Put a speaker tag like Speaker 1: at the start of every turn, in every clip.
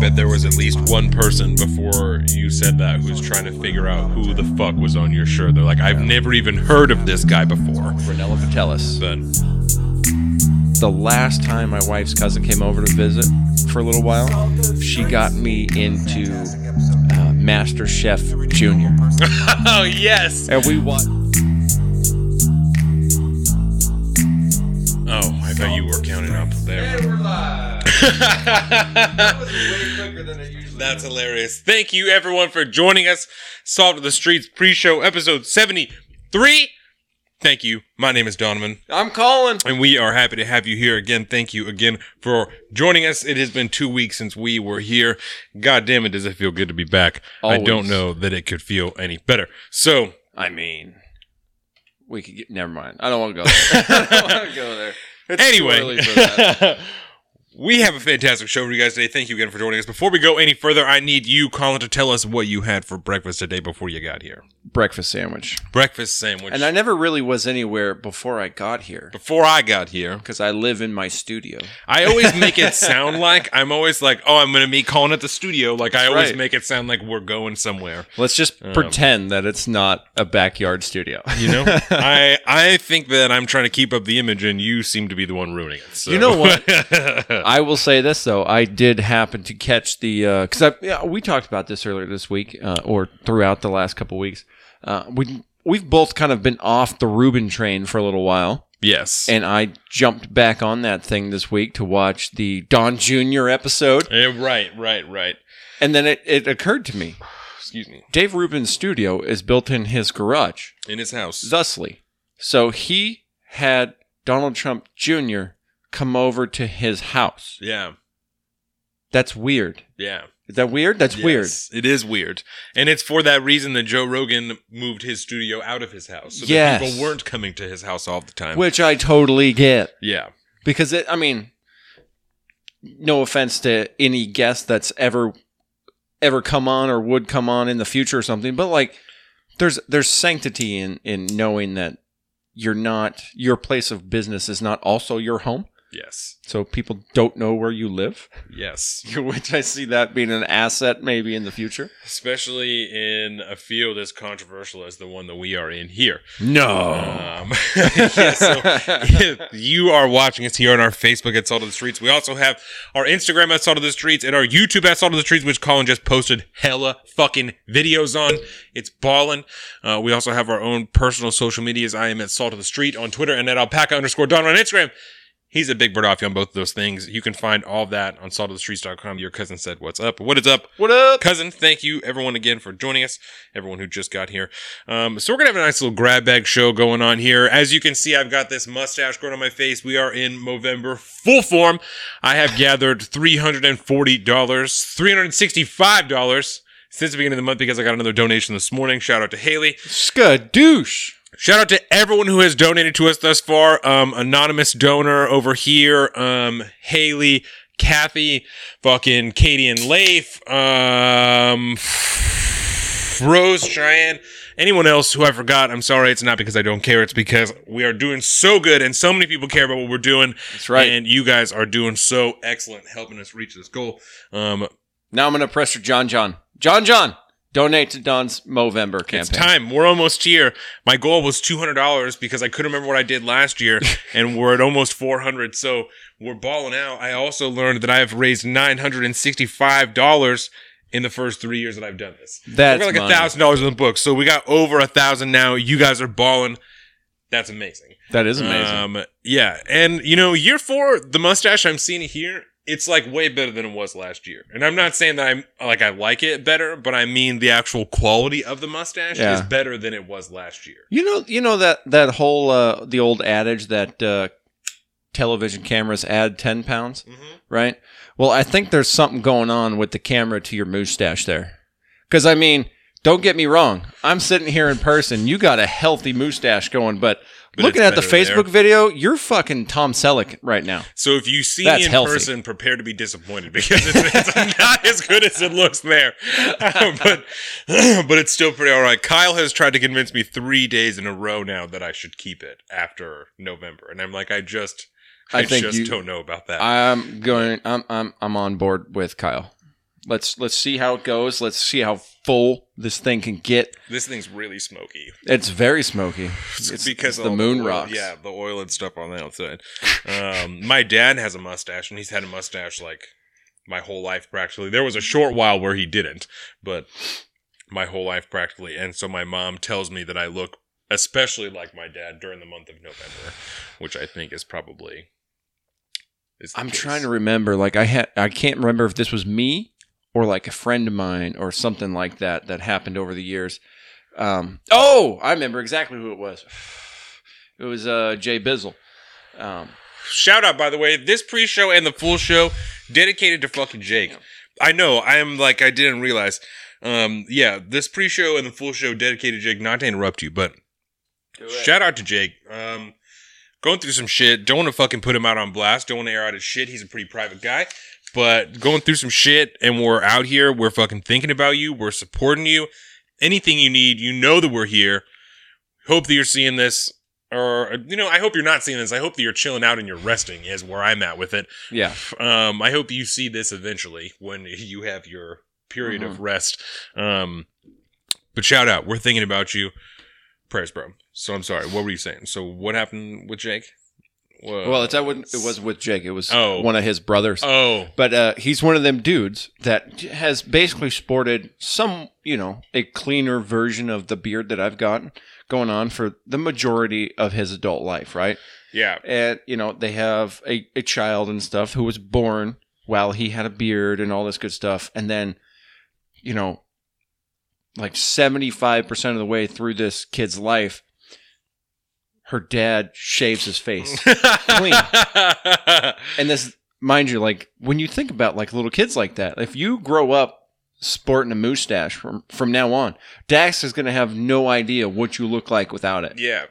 Speaker 1: bet there was at least one person before you said that who's trying to figure out who the fuck was on your shirt. They're like, I've never even heard of this guy before.
Speaker 2: Renella Patelis.
Speaker 1: But
Speaker 2: The last time my wife's cousin came over to visit for a little while, she got me into uh, Master Chef Junior,
Speaker 1: oh yes.
Speaker 2: and we watched.
Speaker 1: Oh, I thought you were counting up there.
Speaker 3: we're live.
Speaker 1: that
Speaker 3: was way quicker than it usually
Speaker 1: That's hilarious. Thank you everyone for joining us. Salt of the Streets pre-show episode 73. Thank you. My name is Donovan.
Speaker 3: I'm calling.
Speaker 1: And we are happy to have you here again. Thank you again for joining us. It has been two weeks since we were here. God damn it, does it feel good to be back? I don't
Speaker 2: Always.
Speaker 1: know that it could feel any better. So
Speaker 2: I mean, we could get. Never mind. I don't want to go. There. I don't want to go there. It's too
Speaker 1: anyway,
Speaker 2: early for that.
Speaker 1: we have a fantastic show for you guys today. Thank you again for joining us. Before we go any further, I need you, Colin, to tell us what you had for breakfast today before you got here.
Speaker 2: breakfast sandwich.
Speaker 1: Breakfast sandwich.
Speaker 2: And I never really was anywhere before I got here
Speaker 1: before I got here,
Speaker 2: because I live in my studio.
Speaker 1: I always make it sound like I'm always like, oh, I'm going to meet Colin at the studio. Like, I always
Speaker 2: right.
Speaker 1: make it sound like we're going somewhere.
Speaker 2: Let's just pretend that it's not a backyard studio.
Speaker 1: You know, I I think that I'm trying to keep up the image, and you seem to be the one ruining it. So.
Speaker 2: You know what? I will say this though, I did happen to catch the because I yeah, we talked about this earlier this week uh, or throughout the last couple weeks. Uh, we we've both kind of been off the Rubin train for a little while,
Speaker 1: yes,
Speaker 2: and I jumped back on that thing this week to watch the Don Junior episode,
Speaker 1: Yeah, right, right, right.
Speaker 2: and then it, it occurred to me
Speaker 1: Excuse me.
Speaker 2: Dave Rubin's studio is built in his garage,
Speaker 1: In his house.
Speaker 2: thusly, so he had Donald Trump Jr. come over to his house.
Speaker 1: yeah,
Speaker 2: That's weird.
Speaker 1: yeah.
Speaker 2: Is that weird? That's weird.
Speaker 1: Yes, It is weird, and it's for that reason that Joe Rogan moved his studio out of his house, so
Speaker 2: Yes.
Speaker 1: that people weren't coming to his house all the time.
Speaker 2: which I totally get
Speaker 1: yeah,
Speaker 2: because it. I mean, no offense to any guest that's ever ever come on or would come on in the future or something, but like there's there's sanctity in in knowing that you're not your place of business is not also your home,
Speaker 1: yes,
Speaker 2: so people don't know where you live.
Speaker 1: yes.
Speaker 2: Which I see that being an asset maybe in the future.
Speaker 1: Especially in a field as controversial as the one that we are in here.
Speaker 2: No.
Speaker 1: Um, yeah, so if you are watching us here on our Facebook at Salt of the Streets. We also have our Instagram at Salt of the Streets and our YouTube at Salt of the Streets, which Colin just posted hella fucking videos on. It's ballin'. Uh, we also have our own personal social medias. I am at Salt of the Street on Twitter and at alpaca underscore Don on Instagram. He's at Big Bird Off on both of those things. You can find all that on saltofthestreets.com. Your cousin said, What's up? What is up?
Speaker 2: what up?
Speaker 1: cousin thank you everyone again for joining us everyone who just got here um, so we're gonna have a nice little grab bag show going on here as you can see i've got this mustache growing on my face we are in movember full form i have gathered $340 $365 since the beginning of the month because i got another donation this morning shout out to haley
Speaker 2: Skadoosh.
Speaker 1: Shout out to everyone who has donated to us thus far. Um, anonymous donor over here, um, Haley, Kathy, fucking Katie and Leif, um, Rose, Cheyenne, anyone else who I forgot. I'm sorry. It's not because I don't care. It's because we are doing so good and so many people care about what we're doing.
Speaker 2: That's right.
Speaker 1: And you guys are doing so excellent, helping us reach this goal. Um,
Speaker 2: Now I'm going to pressure John John. John John, donate to Don's Movember campaign.
Speaker 1: It's time. We're almost here. My goal was two hundred dollars because I couldn't remember what I did last year, and we're at almost four hundred. So we're balling out. I also learned that I have raised nine hundred and sixty-five dollars in the first three years that I've done this.
Speaker 2: That's
Speaker 1: we're like a
Speaker 2: money.
Speaker 1: thousand dollars in the book. So we got over a thousand now. You guys are balling. That's amazing.
Speaker 2: That is amazing.
Speaker 1: Um, yeah, and you know, year four, the mustache I'm seeing here, it's like way better than it was last year. And I'm not saying that I'm like I like it better, but I mean the actual quality of the mustache
Speaker 2: Yeah.
Speaker 1: is better than it was last year.
Speaker 2: you know, you know that that whole uh, the old adage that uh, television cameras add ten pounds,
Speaker 1: Mm-hmm.
Speaker 2: right? Well, I think there's something going on with the camera to your mustache there, because I mean, don't get me wrong. I'm sitting here in person. You got a healthy mustache going, but.
Speaker 1: But
Speaker 2: Looking
Speaker 1: it's
Speaker 2: at the
Speaker 1: better there.
Speaker 2: Facebook video, you're fucking Tom Selleck right now.
Speaker 1: So if you see
Speaker 2: That's
Speaker 1: me in
Speaker 2: healthy.
Speaker 1: person, prepare to be disappointed because it's, it's not as good as it looks there. but but it's still pretty all right. Kyle has tried to convince me three days in a row now that I should keep it after November, and I'm like, I just.
Speaker 2: I
Speaker 1: I,
Speaker 2: think
Speaker 1: just
Speaker 2: you-
Speaker 1: don't know about that.
Speaker 2: I'm going. I'm I'm I'm on board with Kyle. Let's let's see how it goes. Let's see how full this thing can get.
Speaker 1: This thing's really smoky.
Speaker 2: It's very smoky. It's
Speaker 1: because
Speaker 2: it's
Speaker 1: of
Speaker 2: the
Speaker 1: all
Speaker 2: moon
Speaker 1: oil-
Speaker 2: rocks.
Speaker 1: Yeah, the oil and stuff on the outside. Um, my dad has a mustache, and he's had a mustache like my whole life practically. There was a short while where he didn't, but my whole life practically. And so my mom tells me that I look especially like my dad during the month of November, which I think is probably. is the
Speaker 2: I'm
Speaker 1: case.
Speaker 2: trying to remember. Like I had, I can't remember if this was me or like a friend of mine or something like that that happened over the years. Um, oh, I remember exactly who it was. It was uh, Jay Bizzle. Um,
Speaker 1: Shout out, by the way, this pre-show and the full show dedicated to fucking Jake. I know. I am like I didn't realize. Um, yeah, this pre-show and the full show dedicated to Jake. Not to interrupt you, but shout out to Jake. Um, going through some shit. Don't want to fucking put him out on blast. Don't want to air out his shit. He's a pretty private guy. But going through some shit, and we're out here. We're fucking thinking about you. We're supporting you. Anything you need, you know that we're here. Hope that you're seeing this, or you know, I hope you're not seeing this. I hope that you're chilling out and you're resting. Is where I'm at with it.
Speaker 2: yeah,
Speaker 1: Um, I hope you see this eventually when you have your period
Speaker 2: Mm-hmm.
Speaker 1: of rest. Um, but shout out, we're thinking about you. Prayers, bro. So I'm sorry. What were you saying? So what happened with Jake? Whoa.
Speaker 2: Well, it's I wouldn't. It wasn't with Jake. It was
Speaker 1: Oh.
Speaker 2: one of his brothers.
Speaker 1: Oh,
Speaker 2: But uh, he's one of them dudes that has basically sported some, you know, a cleaner version of the beard that I've got going on for the majority of his adult life, right?
Speaker 1: yeah.
Speaker 2: And you know, they have a, a child and stuff who was born while he had a beard and all this good stuff, and then, you know, like seventy five percent of the way through this kid's life, her dad shaves his face Clean. and this mind you like when you think about like little kids like that if you grow up sporting a mustache from from now on dax is going to have no idea what you look like without it
Speaker 1: yeah.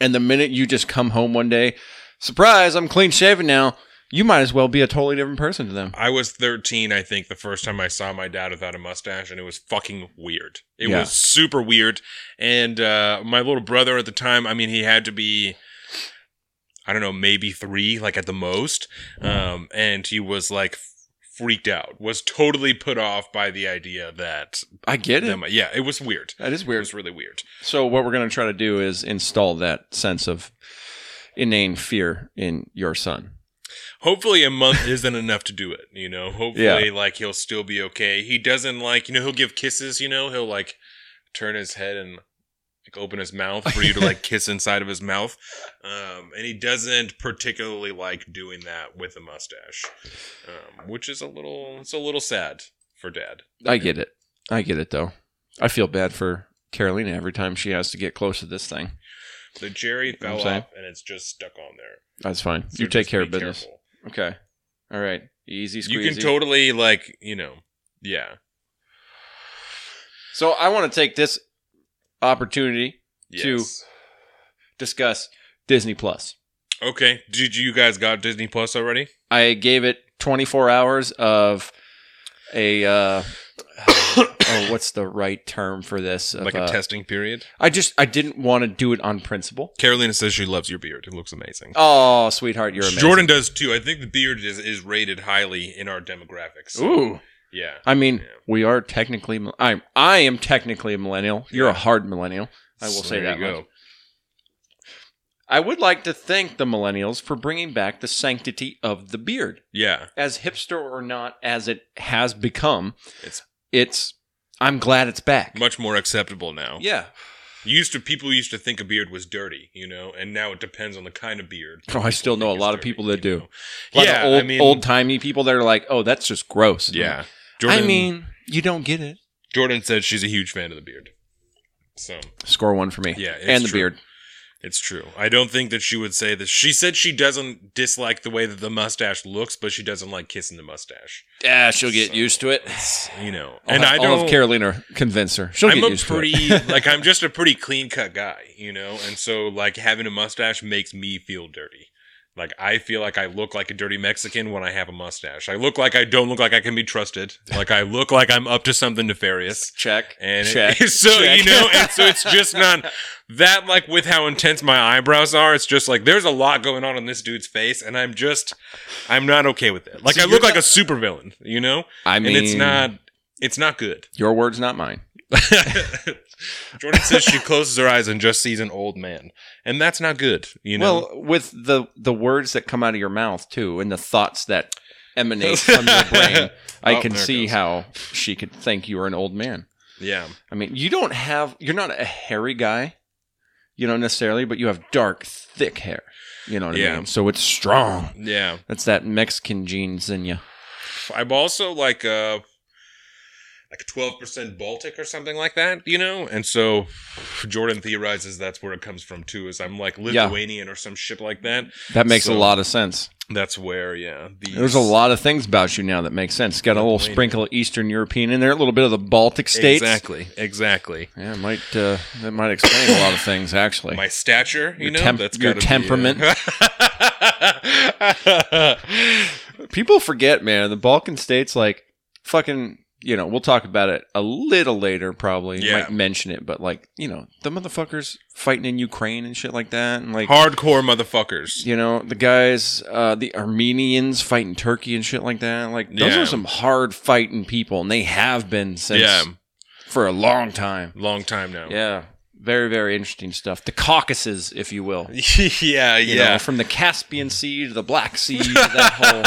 Speaker 2: and the minute you just come home one day surprise i'm clean shaven now you might as well be a totally different person to them
Speaker 1: I was 13, I think, the first time I saw my dad without a mustache, and it was fucking weird. It
Speaker 2: Yeah.
Speaker 1: was super weird. And uh, my little brother at the time, I mean, he had to be, I don't know, maybe three, like at the most. Um, and he was like f- freaked out, was totally put off by the idea that,
Speaker 2: i get it
Speaker 1: that my- yeah, it was weird.
Speaker 2: that is
Speaker 1: It
Speaker 2: weird
Speaker 1: was really weird.
Speaker 2: so what we're going to try to do is install that sense of inane fear in your son
Speaker 1: hopefully a month isn't enough to do it you know hopefully like he'll still be okay he doesn't like you know he'll give kisses you know he'll like turn his head and like open his mouth for you to like kiss inside of his mouth um, and he doesn't particularly like doing that with a mustache um, which is a little it's a little sad for dad
Speaker 2: I get it. I get it though. I feel bad for Carolina every time she has to get close to this thing.
Speaker 1: the jerry fell
Speaker 2: saying.
Speaker 1: off and it's just stuck on there
Speaker 2: That's fine.
Speaker 1: So
Speaker 2: you take
Speaker 1: just
Speaker 2: care
Speaker 1: be
Speaker 2: of business.
Speaker 1: careful.
Speaker 2: Okay. All right. Easy squeezy.
Speaker 1: you can totally like you know yeah
Speaker 2: so I want to take this opportunity Two.
Speaker 1: yes.
Speaker 2: discuss Disney Plus.
Speaker 1: okay did you guys got disney plus already
Speaker 2: I gave it 24 hours of a uh oh what's the right term for this Of,
Speaker 1: like a
Speaker 2: uh,
Speaker 1: testing period
Speaker 2: I just I didn't want to do it on principle.
Speaker 1: Carolina says she loves your beard. It looks amazing.
Speaker 2: Oh, sweetheart, you're amazing.
Speaker 1: Jordan does too. I think the beard is, is rated highly in our demographics.
Speaker 2: Ooh.
Speaker 1: Yeah.
Speaker 2: I mean,
Speaker 1: Yeah.
Speaker 2: we are technically. mil- I'm. I am technically a millennial. You're a
Speaker 1: Yeah.
Speaker 2: hard millennial. I will
Speaker 1: So
Speaker 2: say
Speaker 1: there
Speaker 2: that.
Speaker 1: you
Speaker 2: much. I would like to thank the millennials for bringing back the sanctity of the beard,
Speaker 1: Yeah.
Speaker 2: as hipster or not as it has become.
Speaker 1: It's-
Speaker 2: It's. I'm glad it's back.
Speaker 1: Much more acceptable now.
Speaker 2: yeah.
Speaker 1: Used to people used to think a beard was dirty, you know, and now it depends on the kind of beard.
Speaker 2: Oh, I still know a
Speaker 1: It's
Speaker 2: lot of
Speaker 1: dirty,
Speaker 2: people that
Speaker 1: you
Speaker 2: do.
Speaker 1: know.
Speaker 2: A lot
Speaker 1: yeah.
Speaker 2: Of old,
Speaker 1: I mean,
Speaker 2: old timey people that are like, oh, that's just gross.
Speaker 1: Yeah.
Speaker 2: I mean, you don't get it.
Speaker 1: Jordan said she's a huge fan of the beard. So
Speaker 2: Score one for me.
Speaker 1: Yeah, it's
Speaker 2: And the
Speaker 1: true.
Speaker 2: beard.
Speaker 1: It's true. I don't think that she would say this. She said she doesn't dislike the way that the mustache looks, but she doesn't like kissing the mustache.
Speaker 2: Yeah, Ah, she'll get
Speaker 1: So,
Speaker 2: used to it.
Speaker 1: it's, You know,
Speaker 2: I'll
Speaker 1: and
Speaker 2: have-
Speaker 1: I
Speaker 2: I'll have
Speaker 1: don't.
Speaker 2: Carolina convince her. She'll
Speaker 1: I'm
Speaker 2: get
Speaker 1: a
Speaker 2: used to it.
Speaker 1: pretty like I'm just a pretty clean cut guy, you know, and so like having a mustache makes me feel dirty. Like I feel like I look like a dirty Mexican when I have a mustache. I look like I don't look like I can be trusted. Like I look like I'm up to something nefarious.
Speaker 2: Check.
Speaker 1: And it-
Speaker 2: check.
Speaker 1: so
Speaker 2: check.
Speaker 1: you know, and so it's just not that like with how intense my eyebrows are. It's just like there's a lot going on in this dude's face, and I'm just I'm not okay with it. Like
Speaker 2: So
Speaker 1: I
Speaker 2: you're
Speaker 1: look like a
Speaker 2: not-
Speaker 1: supervillain, you know,
Speaker 2: I mean,
Speaker 1: and it's not it's not good.
Speaker 2: your words, not mine.
Speaker 1: Jordan says she closes her eyes and just sees an old man, and that's not good, you know.
Speaker 2: Well, with the the words that come out of your mouth too, and the thoughts that emanate from your brain, I
Speaker 1: Oh,
Speaker 2: can
Speaker 1: there it
Speaker 2: see
Speaker 1: goes.
Speaker 2: how she could think you were an old man.
Speaker 1: yeah.
Speaker 2: I mean, you don't have you're not a hairy guy, you know necessarily, but you have dark, thick hair. You know what I
Speaker 1: Yeah.
Speaker 2: mean? So it's strong.
Speaker 1: Yeah.
Speaker 2: That's that Mexican genes in you.
Speaker 1: I'm also like uh like 12% Baltic or something like that, you know? And so Jordan theorizes that's where it comes from too, is I'm like
Speaker 2: Yeah.
Speaker 1: Lithuanian or some shit like that.
Speaker 2: That makes
Speaker 1: So-
Speaker 2: a lot of sense.
Speaker 1: That's where, yeah. these-
Speaker 2: There's a lot of things about you now that make sense. Got a little
Speaker 1: Lithuania.
Speaker 2: sprinkle of Eastern European in there, a little bit of the Baltic states.
Speaker 1: Exactly. Exactly.
Speaker 2: Yeah, it might uh, that might explain a lot of things actually.
Speaker 1: My stature, you
Speaker 2: Your
Speaker 1: know,
Speaker 2: temp- your
Speaker 1: gotta be, uh,
Speaker 2: temperament. People forget, man, the Balkan states like fucking you know, we'll talk about it a little later probably.
Speaker 1: Yeah.
Speaker 2: Might mention it, but like, you know, the motherfuckers fighting in Ukraine and shit like that and like
Speaker 1: Hardcore motherfuckers.
Speaker 2: you know, the guys uh the Armenians fighting Turkey and shit like that. Like those
Speaker 1: Yeah.
Speaker 2: are some hard fighting people and they have been since
Speaker 1: yeah.
Speaker 2: for a long time.
Speaker 1: Long time now.
Speaker 2: Yeah. Very, very interesting stuff. The Caucasus, if you will.
Speaker 1: yeah,
Speaker 2: You
Speaker 1: yeah.
Speaker 2: know, from the Caspian Sea to the Black Sea to that whole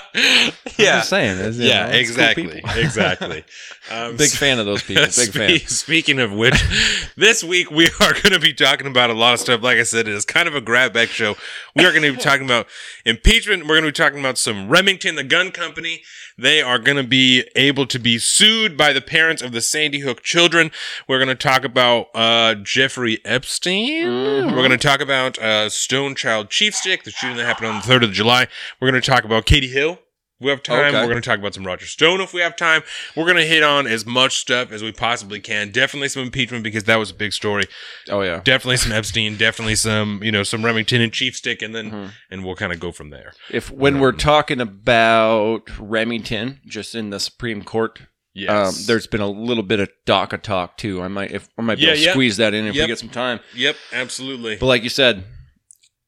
Speaker 2: I'm just saying. it's, you
Speaker 1: yeah,
Speaker 2: know, it's cool
Speaker 1: exactly,
Speaker 2: people.
Speaker 1: exactly. Um,
Speaker 2: Big fan of those people. Big fan.
Speaker 1: spe- Speaking of which, this week we are going to be talking about a lot of stuff. Like I said, it is kind of a grab back show. We are going to be talking about impeachment. We're going to be talking about some Remington, the gun company. They are going to be able to be sued by the parents of the Sandy Hook children. We're going to talk about uh, Jeffrey Epstein.
Speaker 2: Mm-hmm.
Speaker 1: We're going to talk about uh, Stone Child Chief Stick, the shooting that happened on the 3rd of July. We're going to talk about Katie Hill. If We have time.
Speaker 2: Okay.
Speaker 1: We're going to talk about some Roger Stone if we have time. We're going to hit on as much stuff as we possibly can. Definitely some impeachment because that was a big story.
Speaker 2: Oh yeah.
Speaker 1: Definitely some Epstein. Definitely some you know some Remington and Chief Stick, and then
Speaker 2: Mm-hmm.
Speaker 1: and we'll kind of go from there.
Speaker 2: If when we're talking about Remington, just in the Supreme Court,
Speaker 1: Yes.
Speaker 2: um, there's been a little bit of DACA talk too. I might if I might be
Speaker 1: Yeah,
Speaker 2: able to
Speaker 1: yeah.
Speaker 2: squeeze that in if
Speaker 1: Yep.
Speaker 2: we get some time.
Speaker 1: Yep. Absolutely.
Speaker 2: But like you said,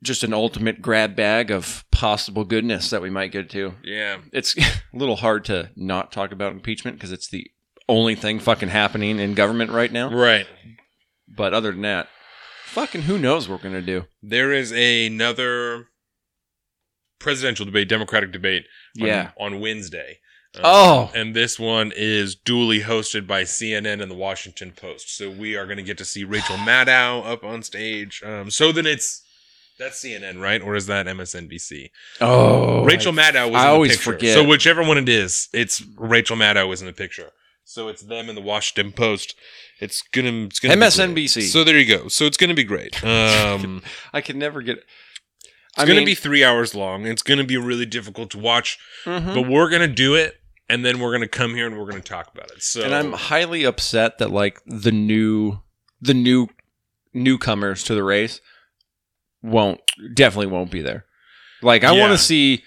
Speaker 2: just an ultimate grab bag of possible goodness that we might get to.
Speaker 1: Yeah.
Speaker 2: It's a little hard to not talk about impeachment because it's the only thing fucking happening in government right now.
Speaker 1: Right.
Speaker 2: But other than that, fucking who knows what we're gonna do?
Speaker 1: There is another presidential debate, Democratic debate. on-
Speaker 2: Yeah.
Speaker 1: On, Wednesday. Um,
Speaker 2: Oh.
Speaker 1: And this one is duly hosted by CNN and the Washington Post. So we are going to get to see Rachel Maddow up on stage. Um, so then it's. That's CNN, right? Or is that MSNBC?
Speaker 2: Oh,
Speaker 1: Rachel Maddow was
Speaker 2: I
Speaker 1: in the
Speaker 2: always
Speaker 1: picture.
Speaker 2: forget.
Speaker 1: So whichever one it is, it's Rachel Maddow is in the picture. So it's them and the Washington Post. It's gonna it's gonna be great.
Speaker 2: MSNBC.
Speaker 1: So there you go. So it's gonna be great. Um,
Speaker 2: I can never get. It's
Speaker 1: it's gonna be three hours long. It's gonna be really difficult to watch.
Speaker 2: mm-hmm. Hmm.
Speaker 1: but we're gonna do it and then we're gonna come here and we're gonna talk about it so
Speaker 2: and I'm highly upset that like the new, the new newcomers to the race won't definitely won't be there. Like I want
Speaker 1: Yeah.
Speaker 2: to see.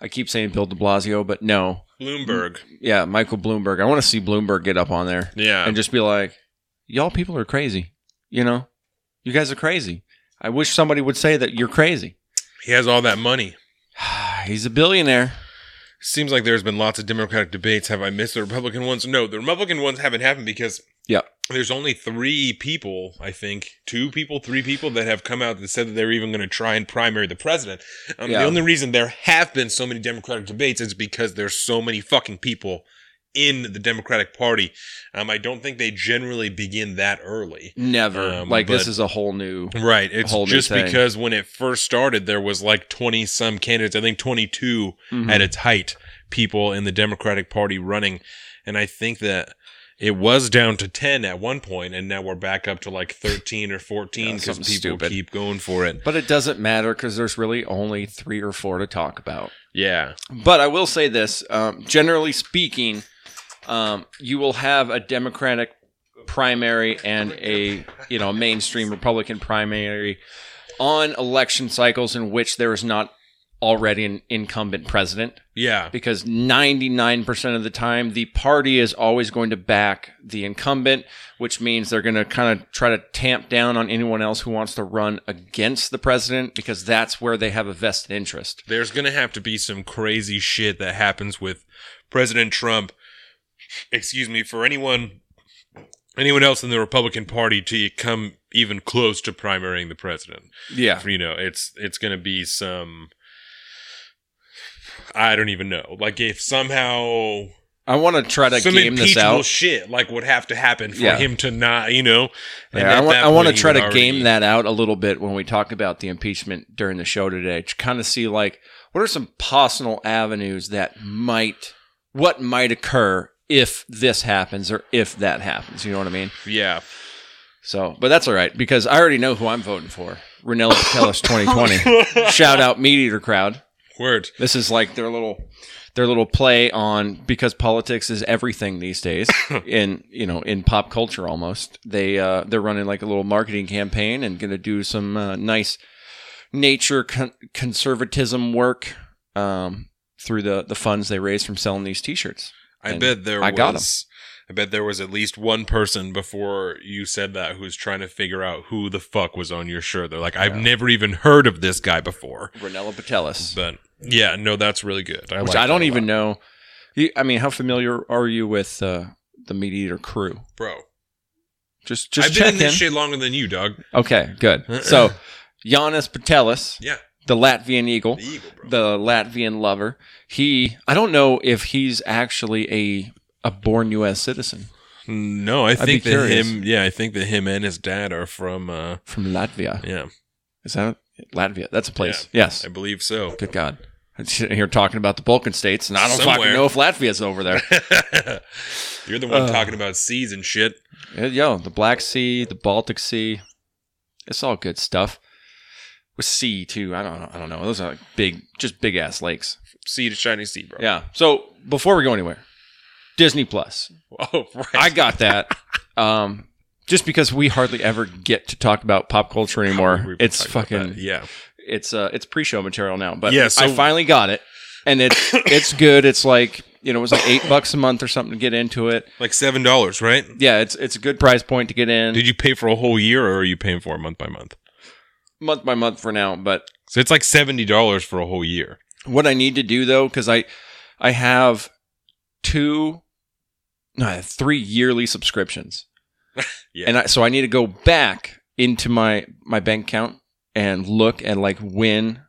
Speaker 2: I keep saying Bill De Blasio, but no,
Speaker 1: bloomberg
Speaker 2: yeah, Michael Bloomberg. I want to see Bloomberg get up on there
Speaker 1: yeah
Speaker 2: and just be like, "Y'all people are crazy," you know. You guys are crazy. I wish somebody would say that you're crazy.
Speaker 1: he has all that money
Speaker 2: He's a billionaire.
Speaker 1: seems like there's been lots of democratic debates have i missed the republican ones no the republican ones haven't happened because
Speaker 2: Yeah.
Speaker 1: there's only three people i think two people three people that have come out that said that they're even going to try and primary the president um,
Speaker 2: Yeah.
Speaker 1: the only reason there have been so many democratic debates is because there's so many fucking people in the democratic party um, i don't think they generally begin that early
Speaker 2: Never.
Speaker 1: Um,
Speaker 2: like this
Speaker 1: but-
Speaker 2: is a whole new.
Speaker 1: Right. It's
Speaker 2: whole new
Speaker 1: just
Speaker 2: thing.
Speaker 1: because when it first started, there was like 20 some candidates, I think 22
Speaker 2: Mm-hmm.
Speaker 1: at its height, people in the Democratic Party running. And I think that it was down to 10 at one point, and now we're back up to like 13 or 14
Speaker 2: Yeah,
Speaker 1: because
Speaker 2: something
Speaker 1: people
Speaker 2: stupid.
Speaker 1: keep going for it.
Speaker 2: But it doesn't matter because there's really only three or four to talk about.
Speaker 1: Yeah.
Speaker 2: But I will say this: um, generally speaking, um, you will have a Democratic primary and a you know mainstream Republican primary on election cycles in which there is not already an incumbent president
Speaker 1: Yeah.
Speaker 2: because 99% of the time the party is always going to back the incumbent which means they're going to kind of try to tamp down on anyone else who wants to run against the president because that's where they have a vested interest
Speaker 1: There's going to have to be some crazy shit that happens with President Trump. Excuse me, for anyone anyone else in the Republican Party to come even close to primarying the president.
Speaker 2: yeah
Speaker 1: you know it's it's gonna be some i don't even know like if somehow
Speaker 2: i want to try to
Speaker 1: some
Speaker 2: game this
Speaker 1: impeachable
Speaker 2: out
Speaker 1: shit like would have to happen for
Speaker 2: Yeah.
Speaker 1: him to not you know and
Speaker 2: Yeah, I
Speaker 1: at
Speaker 2: want,
Speaker 1: that
Speaker 2: I want to
Speaker 1: point, he
Speaker 2: try
Speaker 1: would
Speaker 2: to game
Speaker 1: already-
Speaker 2: that out a little bit when we talk about the impeachment during the show today to kind of see like what are some possible avenues that might what might occur if this happens or if that happens. You know what I mean?
Speaker 1: yeah
Speaker 2: So, but that's all right because I already know who I'm voting for. Renella Patelis 2020. Shout out Meat Eater crowd.
Speaker 1: word
Speaker 2: This is like their little their little play on because politics is everything these days in you know in pop culture almost. They uh, they're running like a little marketing campaign and going to do some uh, nice nature con- conservatism work um, through the the funds they raise from selling these t-shirts.
Speaker 1: i
Speaker 2: And
Speaker 1: bet there
Speaker 2: I
Speaker 1: was
Speaker 2: got
Speaker 1: i bet there was at least one person before you said that who's trying to figure out who the fuck was on your shirt they're like i've
Speaker 2: Yeah.
Speaker 1: never even heard of this guy before
Speaker 2: Renella Patelis,
Speaker 1: but yeah no that's really good i,
Speaker 2: which
Speaker 1: like
Speaker 2: I don't
Speaker 1: that a
Speaker 2: even
Speaker 1: lot.
Speaker 2: know. You, I mean, how familiar are you with uh, the meat eater crew?
Speaker 1: bro
Speaker 2: Just just
Speaker 1: i've
Speaker 2: check
Speaker 1: been in this
Speaker 2: in.
Speaker 1: shit longer than you dog
Speaker 2: Okay, good. So, Giannis Patelis,
Speaker 1: yeah
Speaker 2: the Latvian eagle.
Speaker 1: the eagle bro
Speaker 2: the Latvian lover. He, I don't know if he's actually a a born U.S. citizen
Speaker 1: No, I
Speaker 2: be
Speaker 1: think that
Speaker 2: curious.
Speaker 1: him. Yeah, I think that him and his dad are from. uh
Speaker 2: from Latvia.
Speaker 1: Yeah,
Speaker 2: Is that Latvia? That's a place. Yes.
Speaker 1: I believe so.
Speaker 2: Good God. I'm sitting here talking about the Balkan states, and I don't
Speaker 1: Somewhere.
Speaker 2: fucking know if Latvia's over there.
Speaker 1: You're the one
Speaker 2: Uh.
Speaker 1: talking about seas and shit.
Speaker 2: Yeah, Yo, the Black Sea, the Baltic Sea, it's all good stuff. With sea too, I don't, I don't know. Those are like big, just big ass lakes.
Speaker 1: Sea to shining sea, bro.
Speaker 2: Yeah. So before we go anywhere, Disney Plus.
Speaker 1: Oh, right.
Speaker 2: I got that. Um, just because we hardly ever get to talk about pop culture
Speaker 1: We've
Speaker 2: anymore,
Speaker 1: been
Speaker 2: it's
Speaker 1: talking about
Speaker 2: fucking
Speaker 1: that. Yeah.
Speaker 2: it's uh it's pre-show material now. But
Speaker 1: Yeah, so-
Speaker 2: I finally got it, and it's it's good. It's like you know it was like eight bucks a month or something to get into it.
Speaker 1: Like seven dollars, right?
Speaker 2: Yeah, it's it's a good price point to get in
Speaker 1: Did you pay for a whole year, or are you paying for it month by month?
Speaker 2: month by month for now. But
Speaker 1: So it's like seventy dollars for a whole year.
Speaker 2: what I need to do though, because I I have two no I have three yearly subscriptions.
Speaker 1: Yeah.
Speaker 2: And I, so I need to go back into my my bank account and look at like when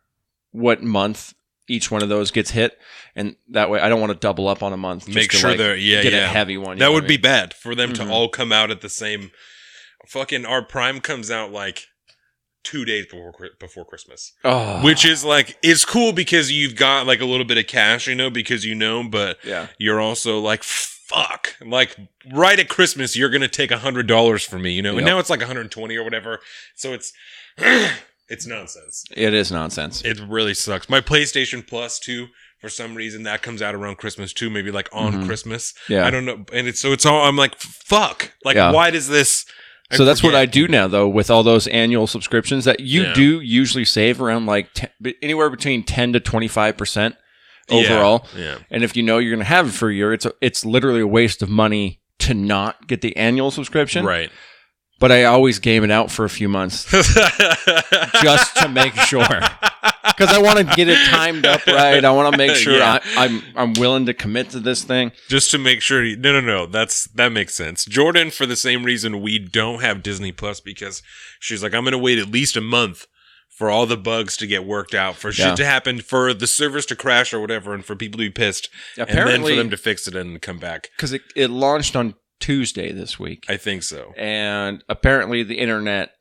Speaker 2: what month each one of those gets hit and that way I don't want to double up on a month just
Speaker 1: Make
Speaker 2: to,
Speaker 1: sure
Speaker 2: like,
Speaker 1: they're yeah
Speaker 2: get a
Speaker 1: yeah.
Speaker 2: heavy one. you
Speaker 1: That
Speaker 2: know
Speaker 1: would
Speaker 2: what
Speaker 1: be bad for them
Speaker 2: Mhm.
Speaker 1: to all come out at the same. Fucking our prime comes out like two days before Chri- before Christmas.
Speaker 2: I mean? oh,
Speaker 1: which is like it's cool because you've got like a little bit of cash, you know, because you know, but
Speaker 2: yeah.
Speaker 1: you're also like fuck, like right at Christmas you're gonna take a hundred dollars from me, you know, and
Speaker 2: Yep.
Speaker 1: now it's like 120 or whatever, so it's it's nonsense.
Speaker 2: It is nonsense.
Speaker 1: It really sucks. My PlayStation Plus too, for some reason that comes out around Christmas too, maybe like on
Speaker 2: Mhm.
Speaker 1: Christmas.
Speaker 2: yeah.
Speaker 1: I don't know, and it's so it's all I'm like fuck, like
Speaker 2: Yeah.
Speaker 1: why does this? I
Speaker 2: so that's what I
Speaker 1: forget.
Speaker 2: do now, though, with all those annual subscriptions that you
Speaker 1: Yeah.
Speaker 2: do usually save around like 10, be- anywhere between ten to twenty five percent
Speaker 1: Yeah.
Speaker 2: overall.
Speaker 1: yeah.
Speaker 2: And if you know you're going to have it for a year, it's a, it's literally a waste of money to not get the annual subscription.
Speaker 1: Right.
Speaker 2: But I always game it out for a few months
Speaker 1: Just
Speaker 2: just to make sure because I want to get it timed up right. I want to make sure
Speaker 1: Yeah.
Speaker 2: I, I'm I'm willing to commit to this thing.
Speaker 1: just to make sure he, no no no that's that makes sense jordan for the same reason we don't have disney plus because she's like i'm gonna wait at least a month for all the bugs to get worked out for
Speaker 2: Yeah.
Speaker 1: shit to happen for the servers to crash or whatever and for people to be pissed and then for them
Speaker 2: Apparently,
Speaker 1: to fix it and come back
Speaker 2: because it, it launched on Tuesday this week,
Speaker 1: i think so
Speaker 2: and apparently the internet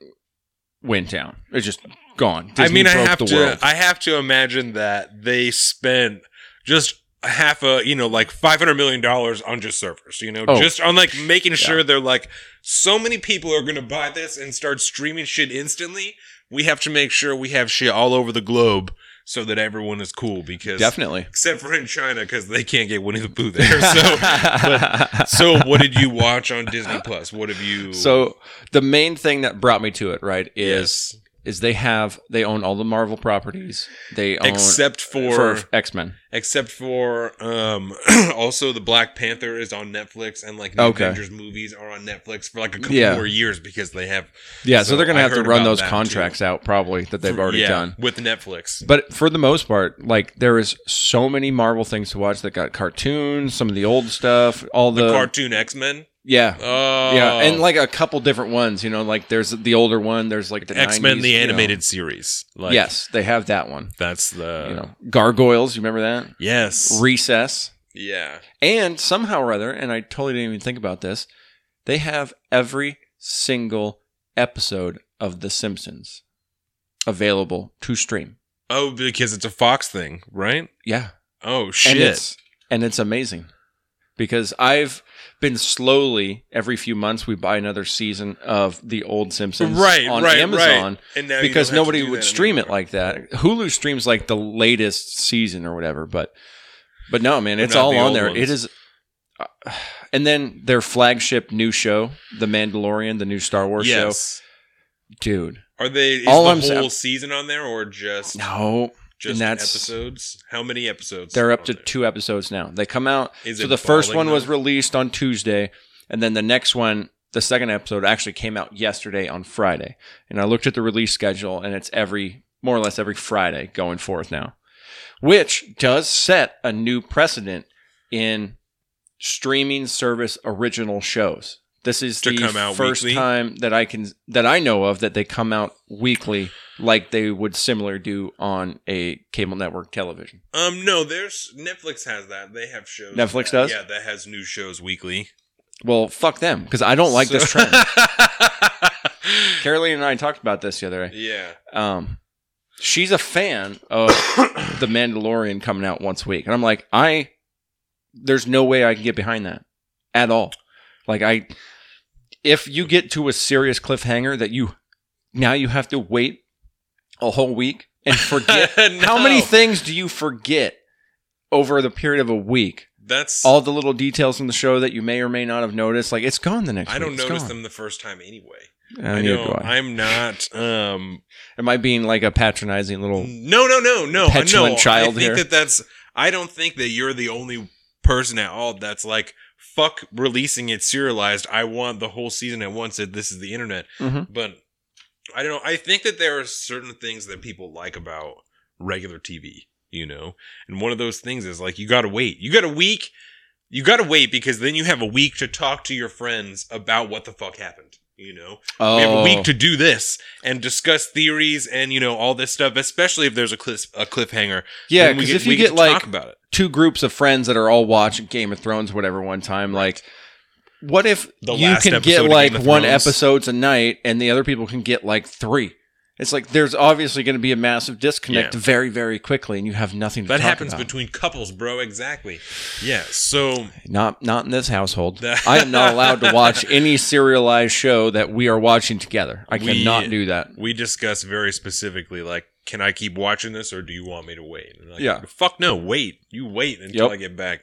Speaker 2: went down. It's just gone.
Speaker 1: i mean i
Speaker 2: broke
Speaker 1: have
Speaker 2: the
Speaker 1: to
Speaker 2: world.
Speaker 1: i have to imagine that they spent just half a you know like 500 million dollars on just servers you know
Speaker 2: Oh.
Speaker 1: just on like making sure they're like so many people are gonna buy this and start streaming shit instantly we have to make sure we have shit all over the globe so that everyone is cool because
Speaker 2: Definitely.
Speaker 1: except for in china because they can't get winnie the pooh there so so what did you watch on disney plus what have you
Speaker 2: So the main thing that brought me to it, right, is is they have they own all the Marvel properties. They own
Speaker 1: except for,
Speaker 2: for X Men.
Speaker 1: except for um also the Black Panther is on Netflix and like the
Speaker 2: Okay.
Speaker 1: Avengers movies are on Netflix for like a couple
Speaker 2: Yeah.
Speaker 1: more years because they have
Speaker 2: Yeah, so,
Speaker 1: So
Speaker 2: they're gonna
Speaker 1: I
Speaker 2: have to
Speaker 1: heard
Speaker 2: run
Speaker 1: about
Speaker 2: those
Speaker 1: that, too.
Speaker 2: contracts out probably that they've already
Speaker 1: yeah,
Speaker 2: done.
Speaker 1: with Netflix.
Speaker 2: But for the most part, like there is so many Marvel things to watch that got cartoons, some of the old stuff, all the,
Speaker 1: The cartoon X Men.
Speaker 2: yeah,
Speaker 1: Oh
Speaker 2: yeah, and like a couple different ones. You know, like there's the older one. There's like the
Speaker 1: X Men
Speaker 2: 90s,
Speaker 1: the
Speaker 2: you know.
Speaker 1: animated series. Like, Uh.
Speaker 2: yes, they have that one.
Speaker 1: that's the
Speaker 2: you know, Gargoyles. You remember that?
Speaker 1: yes
Speaker 2: Recess.
Speaker 1: yeah
Speaker 2: And somehow or other, and I totally didn't even think about this, they have every single episode of The Simpsons available to stream.
Speaker 1: oh because it's a Fox thing right
Speaker 2: Yeah.
Speaker 1: oh
Speaker 2: And
Speaker 1: shit
Speaker 2: it's and it's amazing. Because I've been slowly every few months we buy another season of the old Simpsons
Speaker 1: Right,
Speaker 2: on
Speaker 1: right,
Speaker 2: Amazon
Speaker 1: and now you
Speaker 2: because
Speaker 1: don't have to
Speaker 2: nobody
Speaker 1: do
Speaker 2: would
Speaker 1: that
Speaker 2: stream it
Speaker 1: anymore.
Speaker 2: like that. Hulu streams like the latest season or whatever, but but no, man,
Speaker 1: But
Speaker 2: it's
Speaker 1: not
Speaker 2: all
Speaker 1: the
Speaker 2: on
Speaker 1: old
Speaker 2: there. It
Speaker 1: ones.
Speaker 2: is, uh, and then their flagship new show, The Mandalorian, the new Star Wars
Speaker 1: yes
Speaker 2: show, dude.
Speaker 1: are they is
Speaker 2: All
Speaker 1: the
Speaker 2: I'm sa-
Speaker 1: whole season on there or just
Speaker 2: No,
Speaker 1: just
Speaker 2: that's-
Speaker 1: episodes how many episodes
Speaker 2: they're up
Speaker 1: on
Speaker 2: to
Speaker 1: there?
Speaker 2: two episodes now. They come out.
Speaker 1: Is
Speaker 2: so
Speaker 1: it
Speaker 2: the first
Speaker 1: balling,
Speaker 2: one
Speaker 1: though?
Speaker 2: was released on Tuesday, and then the next one, the second episode, actually came out yesterday on Friday. And I looked at the release schedule, and it's every more or less every Friday going forth now, which does set a new precedent in streaming service original shows. This is
Speaker 1: To
Speaker 2: the
Speaker 1: come out
Speaker 2: first
Speaker 1: weekly?
Speaker 2: time that I can that I know of that they come out weekly like they would similar do on a cable network television.
Speaker 1: Um, no, there's Netflix has that. They have shows.
Speaker 2: Netflix
Speaker 1: that-
Speaker 2: does?
Speaker 1: Yeah, that has new shows weekly.
Speaker 2: Well, fuck them because I don't like this
Speaker 1: So-
Speaker 2: trend. Caroline and I talked about this the other day.
Speaker 1: yeah.
Speaker 2: Um, she's a fan of the Mandalorian coming out once a week, and I'm like, I there's no way I can get behind that at all. Like I, if you get to a serious cliffhanger that you now you have to wait a whole week and forget how many
Speaker 1: No.
Speaker 2: things do you forget over the period of a week?
Speaker 1: That's
Speaker 2: All the little details in the show that you may or may not have noticed, like it's gone the next.
Speaker 1: I
Speaker 2: week.
Speaker 1: don't
Speaker 2: It's
Speaker 1: notice
Speaker 2: gone. Oh,
Speaker 1: them the first time anyway.
Speaker 2: Yeah,
Speaker 1: I
Speaker 2: neither
Speaker 1: don't.
Speaker 2: do I.
Speaker 1: I'm not. Um,
Speaker 2: Am I being like a patronizing little?
Speaker 1: no, no, no, no. Uh,
Speaker 2: Petulant
Speaker 1: no.
Speaker 2: child
Speaker 1: I think
Speaker 2: here.
Speaker 1: that that's. I don't think that you're the only person at all that's like fuck releasing it serialized. I want the whole season at once. That this is the internet.
Speaker 2: Mhm.
Speaker 1: but I don't know. I think that there are certain things that people like about regular TV, you know, and one of those things is like you got to wait. You got a week. You got to wait because then you have a week to talk to your friends about what the fuck happened. You know,
Speaker 2: Oh,
Speaker 1: we have a week to do this and discuss theories and you know all this stuff. Especially if there's a cliff a cliffhanger.
Speaker 2: yeah.
Speaker 1: Then we
Speaker 2: Because
Speaker 1: get-
Speaker 2: if you
Speaker 1: we
Speaker 2: get
Speaker 1: to
Speaker 2: like
Speaker 1: talk about it,
Speaker 2: two groups of friends that are all watching Game of Thrones, whatever, one time, like, what if
Speaker 1: The
Speaker 2: you
Speaker 1: last
Speaker 2: can
Speaker 1: episode
Speaker 2: get
Speaker 1: of
Speaker 2: like
Speaker 1: Game of
Speaker 2: one
Speaker 1: Thrones.
Speaker 2: episodes a night, and the other people can get like three? It's like there's obviously going to be a massive disconnect
Speaker 1: Yeah.
Speaker 2: very, very quickly, and you have nothing to
Speaker 1: that
Speaker 2: talk
Speaker 1: happens
Speaker 2: about.
Speaker 1: between couples, bro. Exactly. Yeah. So
Speaker 2: Not, not in this household.
Speaker 1: That-
Speaker 2: I am not allowed to watch any serialized show that we are watching together. I
Speaker 1: We-
Speaker 2: cannot do that.
Speaker 1: we discuss very specifically like can i keep watching this or do you want me to wait and like,
Speaker 2: Yeah.
Speaker 1: fuck no wait you wait until
Speaker 2: Yep.
Speaker 1: i get back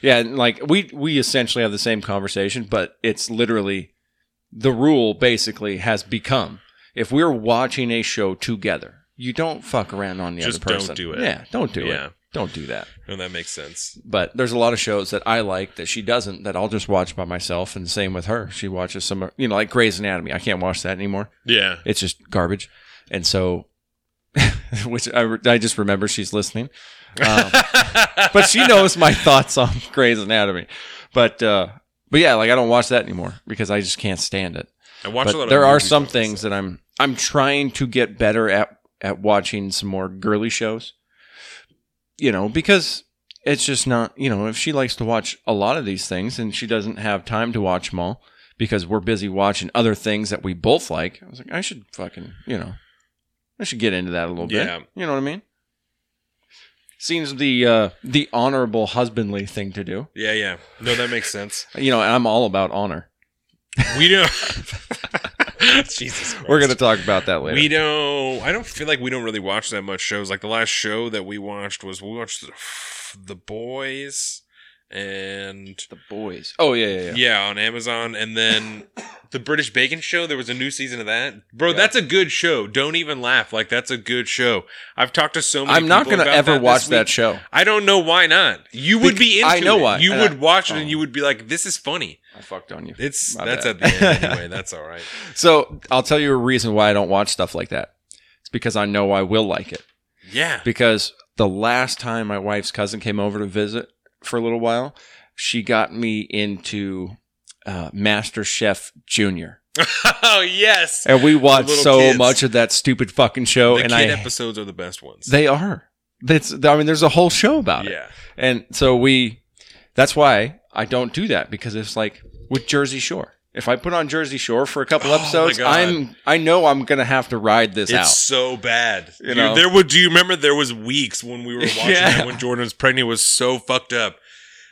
Speaker 2: Yeah, and like we we essentially have the same conversation, but it's literally the rule basically has become if we're watching a show together, you don't fuck around on the
Speaker 1: Just
Speaker 2: other
Speaker 1: don't
Speaker 2: person.
Speaker 1: do it.
Speaker 2: Yeah, don't do
Speaker 1: yeah
Speaker 2: it. Don't do that.
Speaker 1: no that makes sense
Speaker 2: But there's a lot of shows that I like that she doesn't that I'll just watch by myself and same with her. She watches some you know, like Grey's Anatomy. I can't watch that anymore.
Speaker 1: yeah
Speaker 2: It's just garbage. And so which I, re- I just remember she's listening. Um, but she knows my thoughts on Grey's Anatomy. But uh, but yeah, like I don't watch that anymore because I just can't stand it.
Speaker 1: i watch a lot
Speaker 2: but
Speaker 1: of
Speaker 2: there are
Speaker 1: movies
Speaker 2: some
Speaker 1: about
Speaker 2: things that I'm I'm trying to get better at at watching some more girly shows. You know, because it's just not you know if she likes to watch a lot of these things and she doesn't have time to watch them all because we're busy watching other things that we both like. I was like, I should fucking you know, I should get into that a little
Speaker 1: Yeah.
Speaker 2: bit. You know what I mean? Seems the uh, the honorable husbandly thing to do.
Speaker 1: yeah yeah no that makes sense
Speaker 2: You know, and I'm all about honor.
Speaker 1: we don't jesus Christ.
Speaker 2: We're gonna talk about that later.
Speaker 1: we don't i don't feel like we don't really watch that much shows like the last show that we watched was we watched the boys and
Speaker 2: The boys. Oh yeah, yeah,
Speaker 1: yeah.
Speaker 2: yeah.
Speaker 1: on Amazon, and then the British Bacon Show. There was a new season of that, bro.
Speaker 2: Yeah.
Speaker 1: That's a good show. Don't even laugh. Like that's a good show. I've talked to so many.
Speaker 2: I'm not
Speaker 1: people
Speaker 2: gonna
Speaker 1: about
Speaker 2: ever
Speaker 1: that this
Speaker 2: watch that
Speaker 1: week.
Speaker 2: show.
Speaker 1: I don't know why not. You would be into
Speaker 2: Bec- I know
Speaker 1: it.
Speaker 2: why,
Speaker 1: You
Speaker 2: and
Speaker 1: would
Speaker 2: I-
Speaker 1: watch it
Speaker 2: oh.
Speaker 1: and you would be like, "This is funny."
Speaker 2: I fucked on you.
Speaker 1: It's
Speaker 2: My
Speaker 1: that's
Speaker 2: bad.
Speaker 1: at the end anyway. That's all right.
Speaker 2: So I'll tell you a reason why I don't watch stuff like that. It's because I know I will like it.
Speaker 1: Yeah.
Speaker 2: Because the last time my wife's cousin came over to visit for a little while, she got me into uh, Master Chef Junior,
Speaker 1: oh yes.
Speaker 2: and we watched
Speaker 1: little
Speaker 2: so
Speaker 1: kids.
Speaker 2: much of that stupid fucking show.
Speaker 1: the
Speaker 2: Oh, and
Speaker 1: kid
Speaker 2: I,
Speaker 1: episodes are the best ones.
Speaker 2: they are. That's. I mean, there's a whole show about it.
Speaker 1: yeah.
Speaker 2: And so we, that's why I don't do that because it's like with Jersey Shore. If I put on Jersey Shore for a couple
Speaker 1: Oh my
Speaker 2: episodes,
Speaker 1: God.
Speaker 2: I'm I know I'm gonna have to ride this
Speaker 1: It's
Speaker 2: out.
Speaker 1: so bad.
Speaker 2: You
Speaker 1: You
Speaker 2: know?
Speaker 1: there would. Do you remember there was weeks when we were watching
Speaker 2: Yeah.
Speaker 1: that when Jordan was pregnant? It was so fucked up.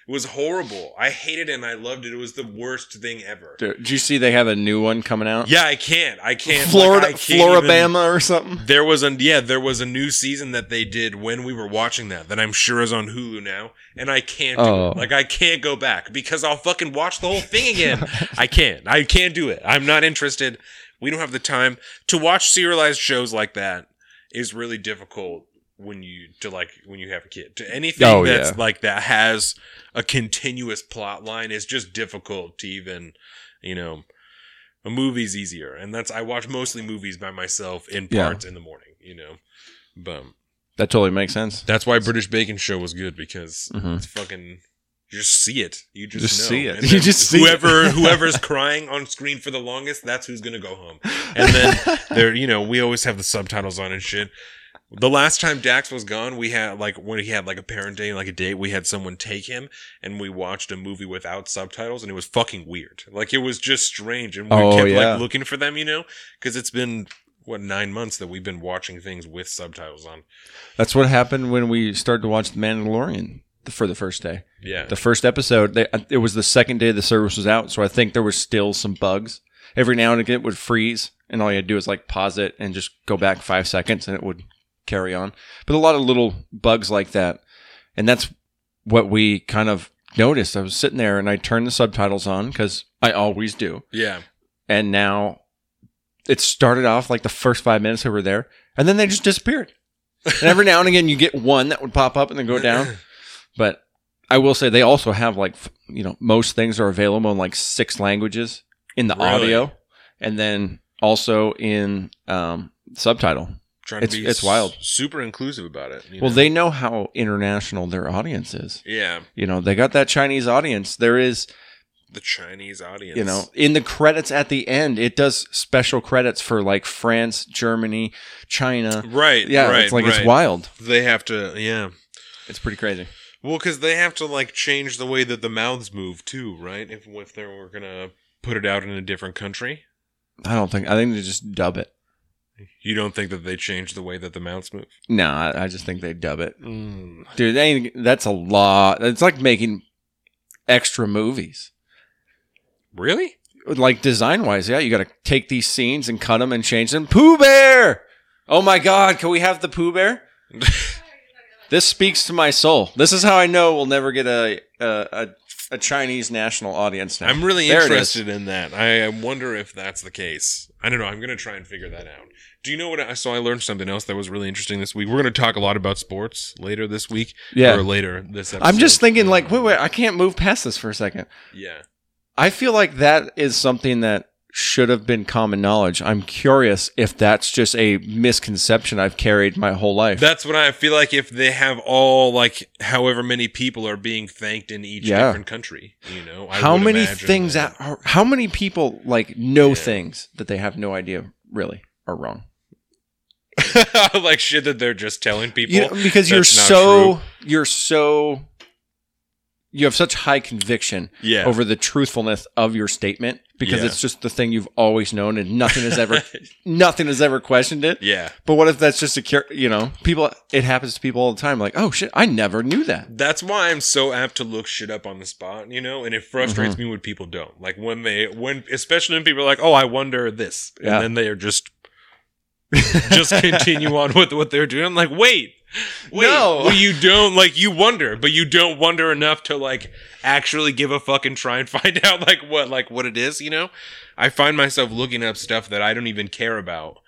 Speaker 1: It was horrible. I hated it and I loved it. It was the worst thing ever.
Speaker 2: Dude, did you see they have a new one coming out?
Speaker 1: Yeah, I can't. I can't.
Speaker 2: Florida,
Speaker 1: like, I can't even-
Speaker 2: Florabama or something.
Speaker 1: There was a yeah, there was a new season that they did when we were watching that that I'm sure is on Hulu now, and I can't do
Speaker 2: Oh.
Speaker 1: it. like I can't go back because I'll fucking watch the whole thing again. I can't. I can't do it. I'm not interested. We don't have the time to watch serialized shows like that. Is really difficult when you to like when you have a kid. To anything
Speaker 2: Oh,
Speaker 1: that's
Speaker 2: yeah.
Speaker 1: like that has a continuous plot line is just difficult to even you know a movie's easier and that's i watch mostly movies by myself in
Speaker 2: Yeah.
Speaker 1: parts in the morning you know but
Speaker 2: That totally makes sense.
Speaker 1: that's why british bacon show was good because
Speaker 2: Mhm.
Speaker 1: it's fucking you just see it you just,
Speaker 2: Just
Speaker 1: know.
Speaker 2: see it.
Speaker 1: And
Speaker 2: You
Speaker 1: then
Speaker 2: just see it.
Speaker 1: whoever whoever's crying on screen for the longest that's who's gonna go home and then there you know we always have the subtitles on and shit the last time Dax was gone, we had like when he had like a parent day, like a date, we had someone take him and we watched a movie without subtitles and it was fucking weird. Like it was just strange and we
Speaker 2: Oh,
Speaker 1: kept
Speaker 2: yeah.
Speaker 1: like looking for them, you know, cuz it's been what 9 months that we've been watching things with subtitles on.
Speaker 2: That's what happened when we started to watch The Mandalorian for the first day.
Speaker 1: Yeah.
Speaker 2: The first episode, they, uh, it was the second day the service was out, so I think there was still some bugs. Every now and again, it would freeze, and all you had to do is like pause it and just go back five seconds, and it would carry on. But a lot of little bugs like that, and that's what we kind of noticed. I was sitting there and I turned the subtitles on because I always do,
Speaker 1: yeah.
Speaker 2: and now it started off like the first five minutes we were there, and then they just disappeared. And every now and again, you get one that would pop up and then go down. But I will say they also have like f- you know most things are available in like six languages in the
Speaker 1: Really?
Speaker 2: audio, and then also in um, subtitle.
Speaker 1: Trying
Speaker 2: It's- it's wild.
Speaker 1: Super inclusive about it. you
Speaker 2: Well,
Speaker 1: know?
Speaker 2: they know how international their audience is.
Speaker 1: yeah,
Speaker 2: You know, they got that Chinese audience. There is,
Speaker 1: the Chinese audience.
Speaker 2: you know, in the credits at the end, it does special credits for like France, Germany, China.
Speaker 1: Right.
Speaker 2: Yeah,
Speaker 1: Right,
Speaker 2: it's like
Speaker 1: right.
Speaker 2: it's wild.
Speaker 1: They have to. Yeah.
Speaker 2: It's pretty crazy.
Speaker 1: Well, because they have to like change the way that the mouths move too, right? If if they were gonna put it out in a different country,
Speaker 2: I don't think. I think they just dub it.
Speaker 1: you don't think that they change the way that the mouths move?
Speaker 2: No, I, I just think they dub it.
Speaker 1: Mm.
Speaker 2: dude that ain't- that's a lot it's like making extra movies
Speaker 1: Really?
Speaker 2: like design wise yeah you gotta take these scenes and cut them and change them pooh bear oh my god can we have the pooh bear this speaks to my soul this is how i know we'll never get a a, a, a chinese national audience now
Speaker 1: I'm really
Speaker 2: There it is.
Speaker 1: interested in that. I wonder if that's the case. I don't know. I'm gonna try and figure that out. Do you know what? I, so I learned something else that was really interesting this week. We're gonna talk a lot about sports later this week.
Speaker 2: yeah
Speaker 1: Or later this episode.
Speaker 2: i'm just thinking like wait wait i can't move past this for a second
Speaker 1: Yeah.
Speaker 2: i feel like that is something that should have been common knowledge. I'm curious if that's just a misconception I've carried my whole life.
Speaker 1: That's what I feel like if they have all like however many people are being thanked in each
Speaker 2: Yeah.
Speaker 1: different country, you know. I
Speaker 2: how
Speaker 1: would
Speaker 2: many
Speaker 1: imagine
Speaker 2: things
Speaker 1: that.
Speaker 2: that are, how many people like know
Speaker 1: Yeah.
Speaker 2: things that they have no idea really are wrong
Speaker 1: like shit that they're just telling people.
Speaker 2: you know, because you're
Speaker 1: That's not
Speaker 2: so you're so you have such high conviction
Speaker 1: yeah.
Speaker 2: over the truthfulness of your statement because
Speaker 1: Yeah.
Speaker 2: it's just the thing you've always known and nothing has ever nothing has ever questioned it
Speaker 1: yeah.
Speaker 2: but what if that's just a cure you know people it happens to people all the time like oh shit i never knew that
Speaker 1: That's why I'm so apt to look shit up on the spot, you know, and it frustrates
Speaker 2: Mm-hmm.
Speaker 1: me when people don't. Like when they when especially when people are like, "Oh, I wonder this." And
Speaker 2: Yeah.
Speaker 1: then they are just just continue on with what they're doing. I'm like, "Wait, Wait,
Speaker 2: No.
Speaker 1: well, you don't like you wonder, but you don't wonder enough to like actually give a fuck and try and find out like what like what it is. You know, I find myself looking up stuff that I don't even care about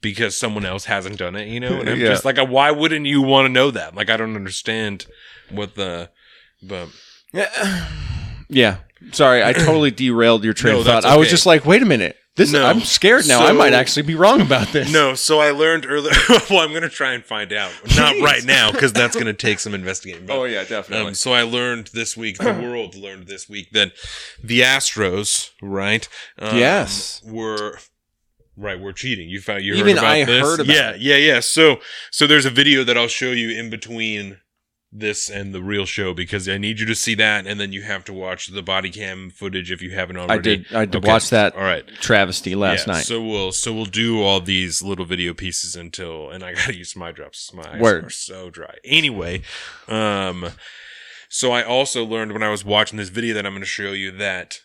Speaker 1: because someone else hasn't done it. You know, and I'm
Speaker 2: Yeah.
Speaker 1: just like, uh, why wouldn't you want to know that? Like, I don't understand what the. But
Speaker 2: Yeah. Sorry, I totally derailed your train
Speaker 1: No,
Speaker 2: of thought.
Speaker 1: that's
Speaker 2: I was
Speaker 1: okay.
Speaker 2: just like, wait a minute. This
Speaker 1: No.
Speaker 2: I'm scared now. I
Speaker 1: So-
Speaker 2: might actually be wrong about this.
Speaker 1: no, so I learned earlier. well, I'm gonna try and find out. Not
Speaker 2: Please.
Speaker 1: right now because that's gonna take some investigating. But,
Speaker 2: Oh, yeah,
Speaker 1: Um, so I learned this week, the world learned this week that the Astros, right? Um,
Speaker 2: Yes.
Speaker 1: were right. We're cheating. You found you heard
Speaker 2: Even
Speaker 1: about
Speaker 2: I
Speaker 1: this?
Speaker 2: heard about
Speaker 1: yeah, yeah, yeah. So so there's a video that I'll show you in between this and the real show because I need you to see that, and then you have to watch the body cam footage if you haven't already.
Speaker 2: I did. I did
Speaker 1: Okay.
Speaker 2: watch that
Speaker 1: All right.
Speaker 2: travesty last
Speaker 1: Yeah,
Speaker 2: night.
Speaker 1: So we'll so we'll do all these little video pieces until and I gotta use my drops. My eyes
Speaker 2: Word.
Speaker 1: are so dry. Anyway, um so I also learned when I was watching this video that I'm gonna show you that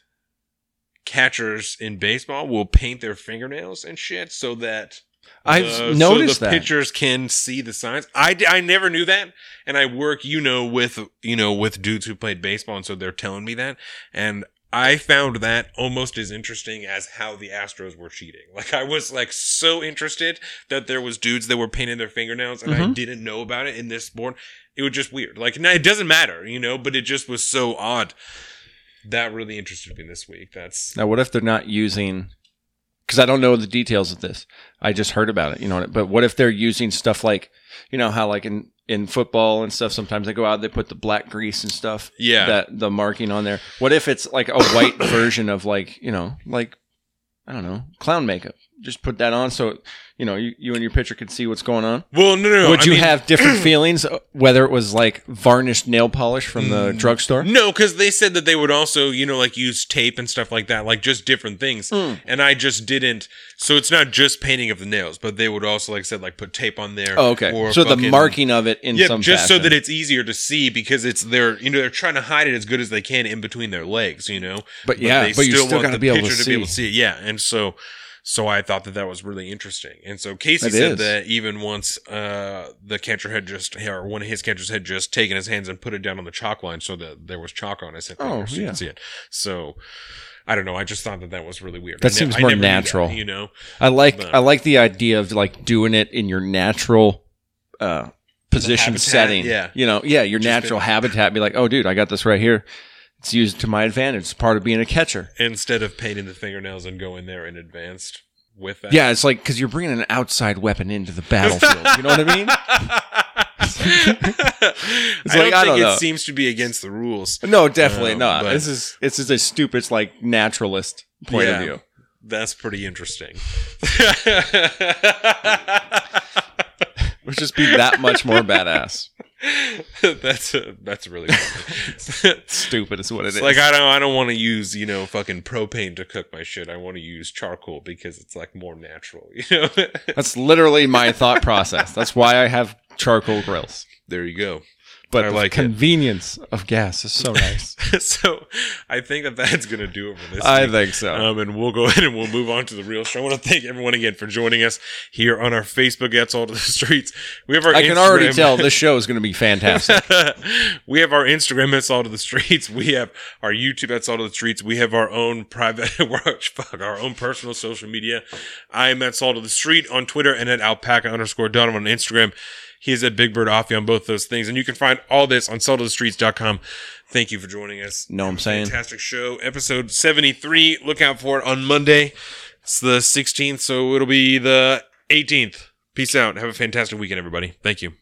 Speaker 1: catchers in baseball will paint their fingernails and shit so that
Speaker 2: I've
Speaker 1: the- so
Speaker 2: noticed
Speaker 1: the
Speaker 2: that.
Speaker 1: pitchers can see the signs. I, d- I never knew that, and I work you know with you know with dudes who played baseball, and so they're telling me that, and I found that almost as interesting as how the Astros were cheating. Like I was like so interested that there was dudes that were painting their fingernails, and I
Speaker 2: Mhm.
Speaker 1: didn't know about it in this sport. It was just weird. Like no, it doesn't matter, you know, but it just was so odd. That really interested me this week. That's
Speaker 2: Now, what if they're not using? Because I don't know the details of this. I just heard about it. You know, but what if they're using stuff like, you know, how like in in football and stuff, sometimes they go out, they put the black grease and stuff.
Speaker 1: yeah.
Speaker 2: That the marking on there. What if it's like a white version of like you know like I don't know clown makeup? Just put that on so you know you, you and your pitcher can see what's going on.
Speaker 1: well, no, no. no.
Speaker 2: Would
Speaker 1: I
Speaker 2: you
Speaker 1: mean-
Speaker 2: have different feelings uh, whether it was like varnished nail polish from
Speaker 1: Mm,
Speaker 2: the drugstore?
Speaker 1: No, because they said that they would also, you know, like use tape and stuff like that, like just different things.
Speaker 2: Hmm.
Speaker 1: And I just didn't. So it's not just painting of the nails, but they would also, like I said, like put tape on there.
Speaker 2: Oh, okay.
Speaker 1: or
Speaker 2: so the
Speaker 1: fucking-
Speaker 2: marking of it in some
Speaker 1: just so
Speaker 2: fashion.
Speaker 1: that it's easier to see because it's they're you know they're trying to hide it as good as they can in between their legs, you know.
Speaker 2: But yeah,
Speaker 1: they
Speaker 2: but you still
Speaker 1: want
Speaker 2: gotta
Speaker 1: the
Speaker 2: be able to
Speaker 1: pitcher
Speaker 2: see.
Speaker 1: see it. Yeah, and so so I thought that that was really interesting. And so Casey
Speaker 2: It
Speaker 1: said
Speaker 2: is.
Speaker 1: that even once uh, the catcher had just or one of his catchers had just taken his hands and put it down on the chalk line so that there was chalk on his
Speaker 2: Oh,
Speaker 1: so you
Speaker 2: yeah.
Speaker 1: could see it. So I don't know. I just thought that that was really weird.
Speaker 2: That
Speaker 1: I ne-
Speaker 2: seems
Speaker 1: I
Speaker 2: more
Speaker 1: never knew that,
Speaker 2: natural.
Speaker 1: you know.
Speaker 2: I like
Speaker 1: No.
Speaker 2: I like the idea of like doing it in your natural uh, position
Speaker 1: habitat,
Speaker 2: setting.
Speaker 1: yeah.
Speaker 2: you know, yeah, your
Speaker 1: Just
Speaker 2: natural habitat. Be like, oh, dude, I got this right here. It's used to my advantage. It's part of being a catcher.
Speaker 1: Instead of painting the fingernails and going there in advance with that.
Speaker 2: Yeah, it's like because you're bringing an outside weapon into the battlefield. you know what I mean?
Speaker 1: I
Speaker 2: like,
Speaker 1: don't
Speaker 2: I
Speaker 1: think
Speaker 2: don't
Speaker 1: it
Speaker 2: know.
Speaker 1: semes to be against the rules.
Speaker 2: No, definitely
Speaker 1: Um,
Speaker 2: not.
Speaker 1: but-
Speaker 2: This is this is a stupid it's like naturalist point
Speaker 1: Yeah.
Speaker 2: of view.
Speaker 1: That's pretty interesting.
Speaker 2: Which just be that much more badass.
Speaker 1: that's a, that's really funny.
Speaker 2: Stupid is what it is.
Speaker 1: it's like I don't I don't want to use you know fucking propane to cook my shit. I want to use charcoal because it's like more natural. You know.
Speaker 2: That's literally my thought process. That's why I have charcoal grills.
Speaker 1: there you go.
Speaker 2: But
Speaker 1: I
Speaker 2: the
Speaker 1: like it.
Speaker 2: convenience of gas is so nice.
Speaker 1: so I think that that's gonna do it for this.
Speaker 2: I
Speaker 1: week.
Speaker 2: think so.
Speaker 1: Um, and we'll go ahead and we'll move on to the real show. I want to thank everyone again for joining us here on our Facebook. That's all to the streets. We have our.
Speaker 2: I can already
Speaker 1: Instagram.
Speaker 2: tell this show is going to be fantastic.
Speaker 1: we have our Instagram that's all to the streets. We have our YouTube that's all to the streets. We have our own private we're- fuck our own personal social media. I am at Salt of the Street on Twitter and at alpaca underscore Donovan on Instagram. He is at Big Bird Offie on both those things. And you can find all this on saltofthestreets.com. Thank you for joining us.
Speaker 2: Know what I'm saying?
Speaker 1: Fantastic show. Episode 73. Look out for it on Monday. It's the 16th, so it'll be the 18th. Peace out. Have a fantastic weekend, everybody. Thank you.